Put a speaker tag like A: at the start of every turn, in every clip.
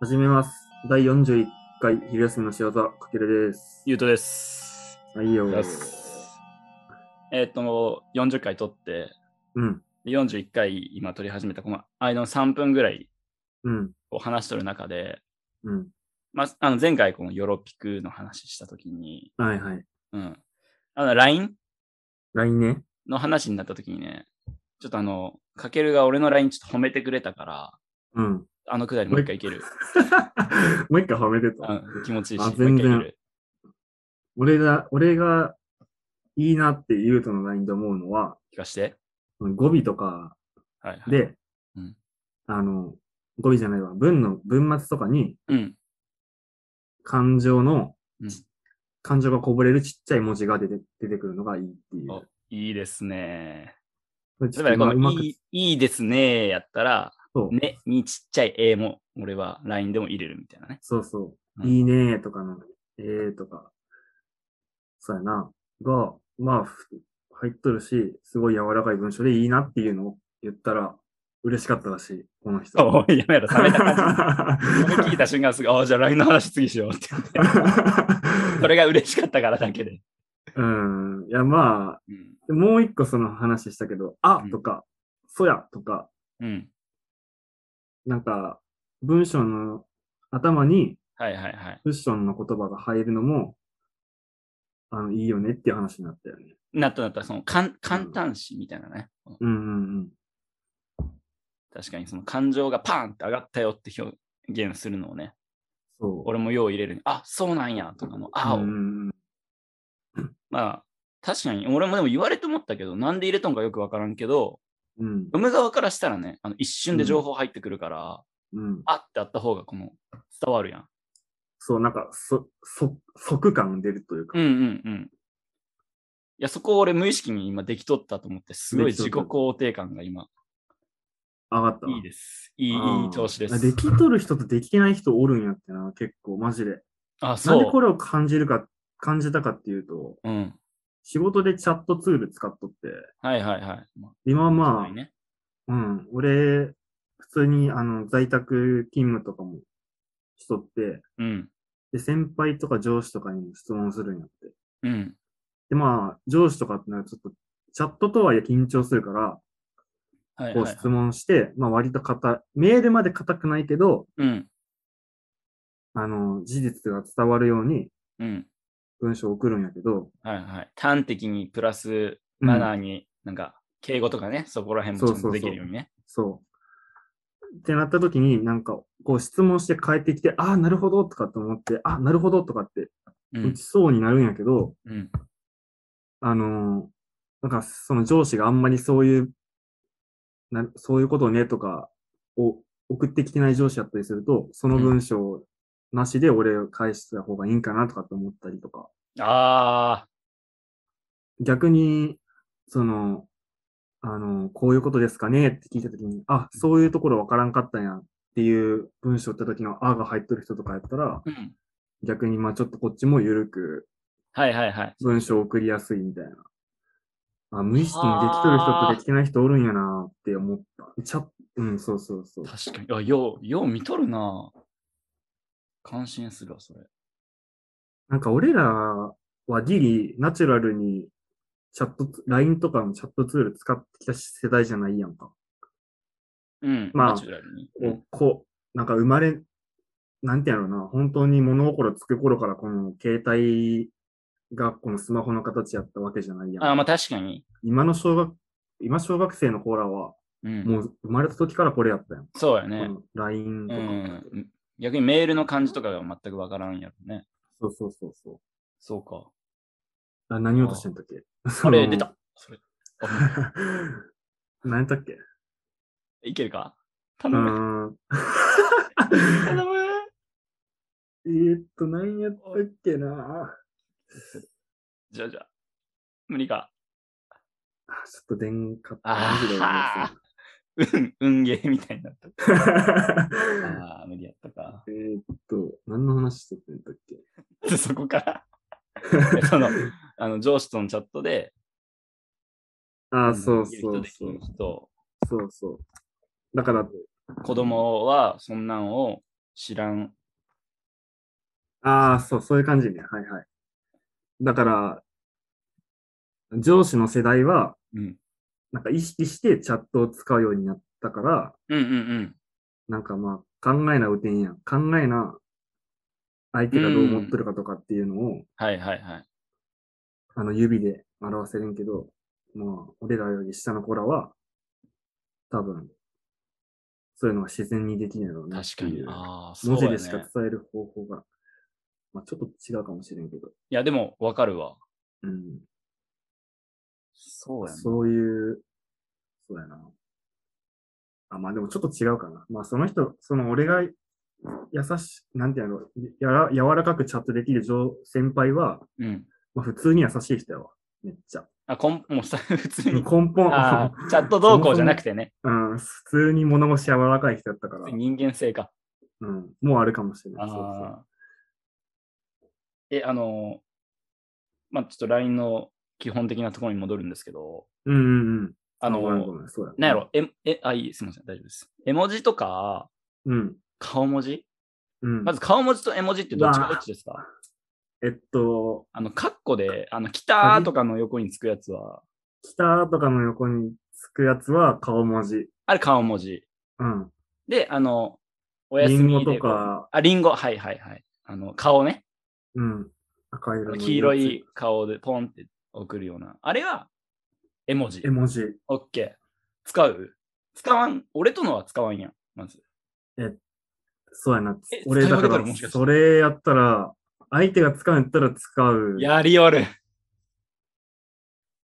A: 始めます。第41回昼休みの仕業、かけるです。
B: ゆうとです。
A: はいよ。
B: えーっと、40回撮って、
A: うん、
B: 41回今撮り始めたこの間の3分ぐらい
A: うん、
B: を話しとる中で、
A: うん。
B: まあ、あの前回このヨロピクの話したときに、
A: はいはい。
B: うん。あの、LINE
A: LINE ね。
B: の話になったときにね、ちょっとあの、かけるが俺の LINE ちょっと褒めてくれたから、
A: うん。
B: あのくだりもう一回いける。
A: もう一回はめてた。
B: うん、気持ちいいし、
A: あ
B: もう一回いけ
A: 全
B: る。
A: 俺が、俺がいいなって言うとの LINE で思うのは、
B: 聞かして。
A: 語尾とか
B: はい、はい。、
A: で、
B: うん
A: あの、語尾じゃないわ、文の、文末とかに
B: うん。
A: 感情の、
B: うん
A: 感情がこぼれるちっちゃい文字が出て出てくるのがいいっていう。
B: おいいですね。
A: これち
B: 例
A: ょ
B: え
A: っ
B: ばね、
A: と
B: こ
A: まあう
B: の
A: まく
B: いい、いいですねやったら、
A: そう
B: ねにちっちゃい A も俺は LINE でも入れるみたいなね。
A: そうそう。
B: うん
A: いいねーとかなんか、えーとか、そうやな、が、まあ、ふ入っとるし、すごい柔らかい文章でいいなっていうのを言ったら、嬉しかったらしい、この人。
B: お いやめろ、冷めた感 じ。それ聞い
A: そ
B: た瞬間すぐ、ああ、じゃあ LINE の話次しようって言って。それが嬉しかったからだけで。
A: うん。いや、ま
B: うん。
A: あ、もう一個その話したけど、あとか、そやとか、
B: うん。
A: なんか、文章の頭に
B: はいはいはい。
A: クッションの言葉が入るのも、あの、いいよねっていう話になったよね。
B: なったなった、その、かん簡単詞みたいなね。
A: うんうんうん。
B: 確かにその感情がパーンって上がったよって表現するのをね、
A: そう。
B: 俺もよう入れる。あ、そうなんやとかも、あを、
A: うん
B: まあ、確かに、俺もでも言われて思ったけど、なんで入れたんかよくわからんけど、
A: うん。
B: 読む側からしたらね、あの一瞬で情報入ってくるから、
A: うん。
B: あってあった方がこの伝わるやん。
A: そう、なんか、そ、そ、即感出るというか。
B: うんうんうん。いや、そこを俺無意識に今できとったと思って、すごい自己肯定感が今、
A: 上がったわ。
B: いいです。いい
A: あー
B: いい調子です。
A: できとる人とできてない人おるんやってな、結構、マジで。
B: あ、そ
A: なんで
B: う。
A: これを感じるか、感じたかっていうと、
B: うん。
A: 仕事でチャットツール使っとって、
B: はいはいはい。ま
A: 今は
B: あ
A: ま
B: はい
A: あ、
B: ね、
A: うん、俺、普通に、あの、在宅勤務とかもしとって、
B: うん。
A: で、先輩とか上司とかにも質問するんやって。
B: うん。
A: で、まあ、上司とかってのはちょっと、チャットとはいえ緊張するから、
B: はい
A: こう
B: はいはい。
A: 質問して、まあ割と硬い、メールまで硬くないけど、
B: うん。
A: あの、事実が伝わるように
B: うん。
A: 文章を送るんやけど、
B: はいはい。端的にプラス
A: うん
B: マナーに、なんか、敬語とかね、そこら辺もちゃん
A: そうそうそ
B: と
A: う
B: できるようにね。
A: そう。ってなった時に、なんか、こう質問して返ってきて、ああ、なるほどとかって思って、あなるほどとかって
B: う
A: 打
B: ん
A: ち。そうになるんやけど、
B: うん。
A: あのーなんかその上司があんまりそういう、なそういうことねとかを送ってきてない上司やったりすると、その文章なしで俺を返した方がいいんかなとかって思ったりとか、
B: ああ、
A: 逆に、その、あの、こういうことですかねって聞いたときに、あ、そういうところわからんかったんやっていう文章った時のあが入ってる人とかやったら、
B: うん。
A: 逆にまあちょっとこっちも緩く
B: はいはいはい。
A: 文章送りやすいみたいな。あ無意識にできとる人とできてない人おるんやなって思った。ちゃうん、そうそうそう。
B: 確かに。あ、よう、よう見とるな。感心するわ、それ。
A: なんか俺らはギリナチュラルにチャット、LINE とかのチャットツール使ってきた世代じゃないやんか。
B: うん。
A: まあ
B: ナチュラルに。
A: をこう、なんか生まれ、なんてやろうな、本当に物心つく頃からこの携帯がこのスマホの形やったわけじゃないやん。
B: あ、まあ確かに。
A: 今の小学、今小学生のコーラは、
B: うん。
A: もう生まれた時からこれやったやん。
B: そうやね
A: こ。の LINE
B: う
A: とか、
B: ん。逆にメールの感じとかが全くわからんやろね。
A: そうそうそうそう。
B: そうか。
A: あ何を落としてんだっけ
B: あれ、出。た。それ。
A: そ
B: あ
A: の 何やったっけ
B: いけるか
A: う
B: 頼む。
A: ーん。
B: 頼む。
A: えーっと、何やったっけな
B: じゃあじゃあ。無理か。
A: あちょっと出んかった。
B: あ
A: マジで
B: あ。うん、運ゲーみたいになった。
A: 思い出せん
B: ああ、無理やったか。
A: えーっ と、何の話してたんだっけ
B: でそこから、その、あの、上司とのチャットで、
A: あ
B: う
A: あ、
B: ん
A: そう
B: でき
A: そう
B: る人でき
A: そ
B: る
A: う。
B: 人
A: そうそう。だから、
B: 子供はそんなんを知らん。
A: ああ、そう、そういう感じね。はいはい。だから、上司の世代は、
B: うん。
A: なんか意識してチャットを使うようになったから、
B: うんうんうん。
A: なんかまあ、考えな打てんやん。考えな、相手がどう思ってるかとかっていうのを、
B: はいはいはい。
A: あの、指で表せれんけど、まあ、俺らより下の子らは、多分、そういうのが自然にできないだろうなって
B: 確か
A: い
B: に
A: う。。
B: ああ、そう
A: 文字
B: だ
A: で
B: ね。
A: しか伝える方法が、まあ、ちょっと違うかもしれんけど、
B: いや、でもわかるわ。
A: うん。
B: そうやね。
A: そういう、そうやな。あ、まあでもちょっと違うかな。まあその人、その俺が優し、なんてやろうやら、柔らかくチャットできる上先輩は、
B: うん。
A: まあ普通に優しい人やわ。めっちゃ。
B: あ、こん、もうさ、普通
A: 根
B: に。あ
A: 本、
B: あ、チャット動向じゃなくてね。
A: うん、普通に物腰柔らかい人やったから、
B: 人間性か。
A: うん、もうあるかもしれない。そうそう
B: ああ。え、あの、まあ、ちょっと LINE の基本的なところに戻るんですけど、
A: うんうんうん。
B: あの、
A: ごめんごめん、そうや。
B: なんやろ、え、え、あ、いい、すみません、大丈夫です。絵文字とか、
A: うん。
B: 顔文字
A: うん。
B: まず顔文字と絵文字ってどっちがどっちですか
A: えっと、
B: あの、カッコで、あの、来たーとかの横につくやつは、
A: 北とかの横につくやつは顔文字。
B: あれ顔文字。
A: うん。
B: で、あの、おやすみで。
A: リンゴとか。
B: あ、リンゴ、はいはいはい。あの、顔ね。
A: うん。赤色のやつ
B: 黄色い顔でポンって送るような。あれは、絵文字
A: 絵。文字。
B: オッケー。使う使わん。俺とのは使わんやん。まず。
A: そうやな
B: え。
A: 俺
B: 使い
A: だ
B: 分
A: か
B: けたら
A: ら
B: もしか、して
A: それやったら、相手が使うんやったら使う
B: やりおる。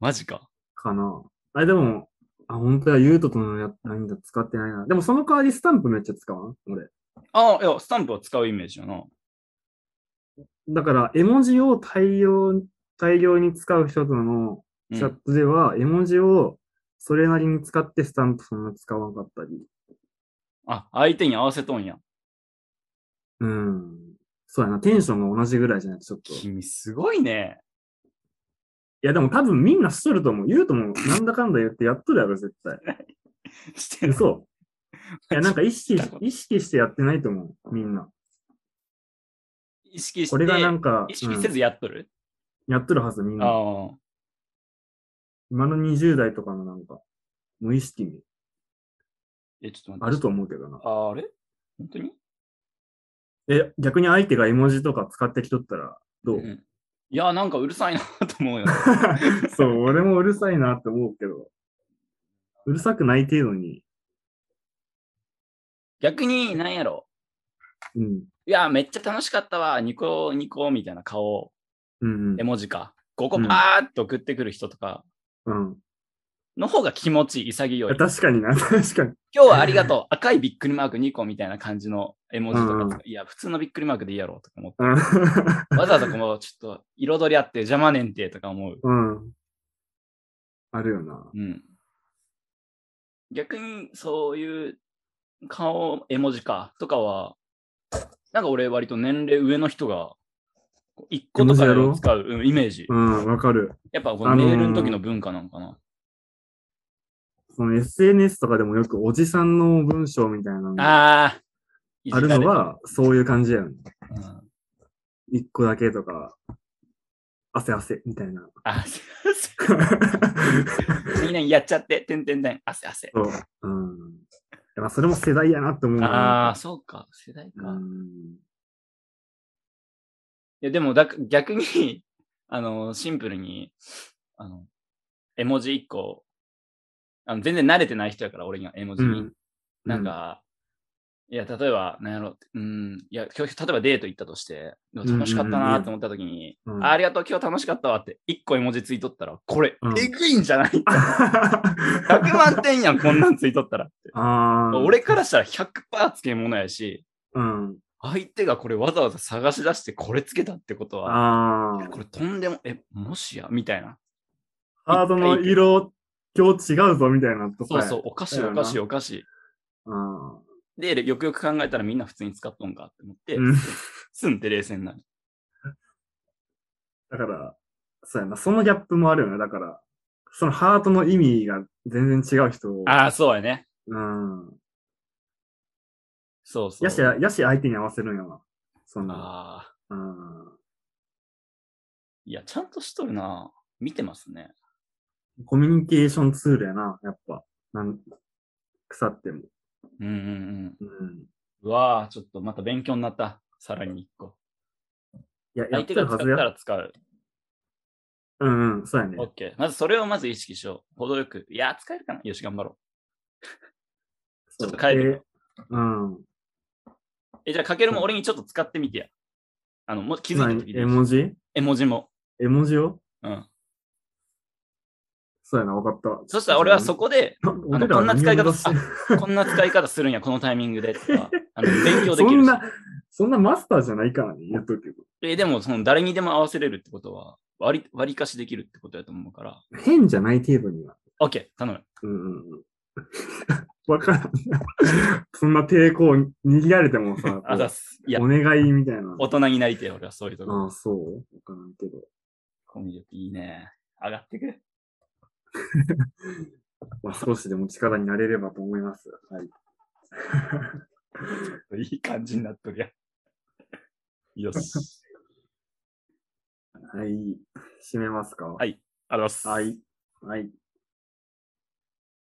B: マジか。
A: かな。あ、でも、あ、本当はユートとのやないんだ、使ってないな。でもその代わりスタンプめっちゃ使わん俺。
B: ああ、いや、スタンプを使うイメージやな。
A: だから、絵文字を大量、大量に使う人との
B: う
A: チャッ
B: ん、
A: トでは、絵文字をそれなりに使ってスタンプそんな使わなかったり。
B: あ、相手に合わせとんやん。
A: うん。そうやな。テンションが同じぐらいじゃないとちょっと。
B: 君すごいね。
A: いや、でも多分みんなしとると思う。言うとも、なんだかんだ言ってやっとるやろ、絶 対。
B: してる。
A: 嘘。いや、なんか意識
B: 聞いたこ、と
A: 意識してやってないと思う、みんな。
B: 意識して、
A: これがなんか、
B: 意識せずやっとる、
A: うんやっとるはず、みん
B: あ
A: な。
B: あ。
A: 今の20代とかのなんか、無意識に
B: え、ちょっと
A: ある
B: 待って。
A: と思うけどな。
B: ああれ本当に
A: え、逆に相手が絵文字とか使ってきとったら、どう、
B: ん、いや、なんかうるさいなと思うよ。
A: そう、俺もうるさいなって思うけど、うるさくない程度に、
B: 逆に、なんやろ。
A: うん、
B: いや、めっちゃ楽しかったわ。ニコニコみたいな顔、
A: うん、
B: 絵文字か。ここ
A: うん
B: パーって送ってくる人とか
A: うん。
B: の方が気持ちいい、潔い。
A: うん、
B: 今
A: 確かにな、 確かに。
B: 日はありがとう。赤いびっくりマーク2個みたいな感じの絵文字とか、
A: うん
B: いや、普通のびっくりマークでいいやろうとか思って。
A: う
B: わざわざこの、ちょっと彩りあって邪魔ねんてとか思う。
A: ん。 うん。あるよな。
B: うん。逆に、そういう顔、絵文字か、とかは、なんか俺割と年齢上の人が、1個とかでも使う、うんイメージ。
A: うん、わかる。
B: やっぱこのメールの時の文化なのかな。
A: その SNS とかでもよくおじさんの文章みたいなのが
B: ああ、いじ
A: あ
B: ら
A: る
B: れ
A: のは、そういう感じやん。
B: うん
A: 一個だけとか、汗汗みたいな。
B: あ、すいません。みんなやっちゃって、てんてんてん、汗汗。
A: そう。うん。まあ、それも世代やなって思う
B: あ
A: な
B: あ、。そうか、世代か。
A: う
B: い
A: ん。
B: や、でもだ、逆に、 あの、シンプルに、あの、絵文字1個、あの全然慣れてない人やから、俺には絵文字
A: う
B: に。
A: ん。
B: なんか、いや、例えば、なんやろ、うん、いや、今日、例えばデート行ったとして、でも楽しかったなーって思った時に、
A: うん、
B: あありがとう、今日楽しかったわって、1個絵文字ついとったら、これ、
A: うん
B: えぐいんじゃない100
A: 100
B: 万点やん、こんなんついとったらって。
A: ああ。
B: 俺からしたら100%つけものやし、
A: うん。
B: 相手がこれわざわざ探し出してこれつけたってことは、
A: あ
B: これとんでも、え、もしやみたいな。
A: あ。ハードの色、今日違うぞみたいなと
B: そ
A: か。
B: うそう、おかしい、
A: だ
B: お
A: よな
B: かしい、おかし
A: う。あ
B: い。で、よくよく考えたらみんな普通に使っとんかって思って、
A: うん
B: すんって冷静になる。
A: あ。だから、そうやな。そのギャップもあるよね。だから、そのハートの意味が全然違う人を、
B: ああ、そうやね。
A: うん。
B: そうそう。
A: やし、やし相手に合わせるんやな。そんな。
B: ああ。
A: うん。
B: いや、ちゃんとしとるな。見てますね。
A: コミュニケーションツールやな、やっぱ。なん腐っても。
B: うんうんうん。
A: うん。
B: うわあ、ちょっとまた勉強になった。さらに一個。
A: いや、やっ
B: 相
A: て
B: 手
A: る
B: が
A: は
B: 使った
A: ずや。
B: ら使う。
A: うんうん、そうやね
B: オッ。ケー。まずそれをまず意識しよう。程よく。いや、使えるかなよし、頑張ろちょっと帰る
A: そうでうん。
B: う。え、じゃあ、かけるも俺にちょっと使ってみてや。あの、もう気づいた時
A: 何絵
B: に。
A: 文字
B: 絵文字も。
A: 絵文字を
B: うん。
A: そうやな、わかった。
B: そしたら俺はそ
A: こ、
B: こで、あの
A: 俺らは
B: こんな使い
A: 何を
B: 方
A: 目指して
B: こんな使い方するんや、このタイミングで とか、あの勉強で
A: そ
B: きる
A: ん
B: し
A: な、そんなマスターじゃないからね、言っとくけど。
B: えでも、その誰にでも合わせれるってことは、割り割りかしできるってことやと思うから。
A: 変じゃない程度には。
B: OK、頼む。
A: うんうんうん。わからん。そんな抵抗握られてもさ、こう
B: あざっす。いや
A: お、願いみたいな。
B: 大人になりてえ、俺はそういうとこ。
A: ああ、そうわからんけど。
B: コミュ力いいね。上がってくる。
A: まあ、少しでも力になれればと思います。はい。
B: いい感じになっとるやん。よし。
A: はい。締めますか
B: はいありがとうございます。
A: はい。はい。